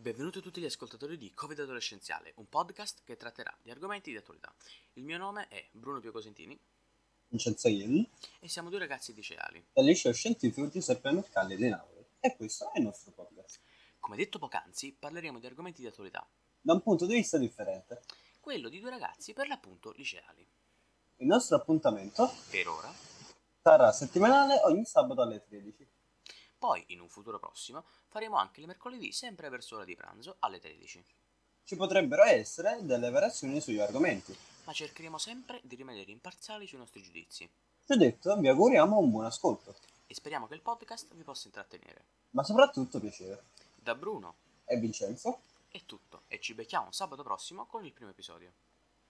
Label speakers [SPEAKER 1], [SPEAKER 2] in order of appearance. [SPEAKER 1] Benvenuti a tutti gli ascoltatori di Covid Adolescenziale, un podcast che tratterà di argomenti di attualità. Il mio nome è Bruno Pio Cosentini
[SPEAKER 2] Vincenzo Ielli,
[SPEAKER 1] e siamo due ragazzi liceali.
[SPEAKER 2] dal liceo scientifico Giuseppe Mercalli di Napoli. E questo è il nostro podcast.
[SPEAKER 1] Come detto poc'anzi, parleremo di argomenti di attualità,
[SPEAKER 2] Da un punto di vista differente,
[SPEAKER 1] quello di due ragazzi per l'appunto liceali.
[SPEAKER 2] il nostro appuntamento
[SPEAKER 1] Per ora,
[SPEAKER 2] sarà settimanale ogni sabato alle 13.
[SPEAKER 1] poi in un futuro prossimo faremo anche le mercoledì sempre verso l'ora di pranzo alle 13,
[SPEAKER 2] Ci potrebbero essere delle variazioni sugli argomenti.
[SPEAKER 1] ma cercheremo sempre di rimanere imparziali sui nostri giudizi
[SPEAKER 2] Ciò detto, vi auguriamo un buon ascolto,
[SPEAKER 1] e speriamo che il podcast vi possa intrattenere.
[SPEAKER 2] ma soprattutto piacere.
[SPEAKER 1] Da Bruno
[SPEAKER 2] E Vincenzo?
[SPEAKER 1] è tutto e ci becchiamo sabato prossimo con il primo episodio.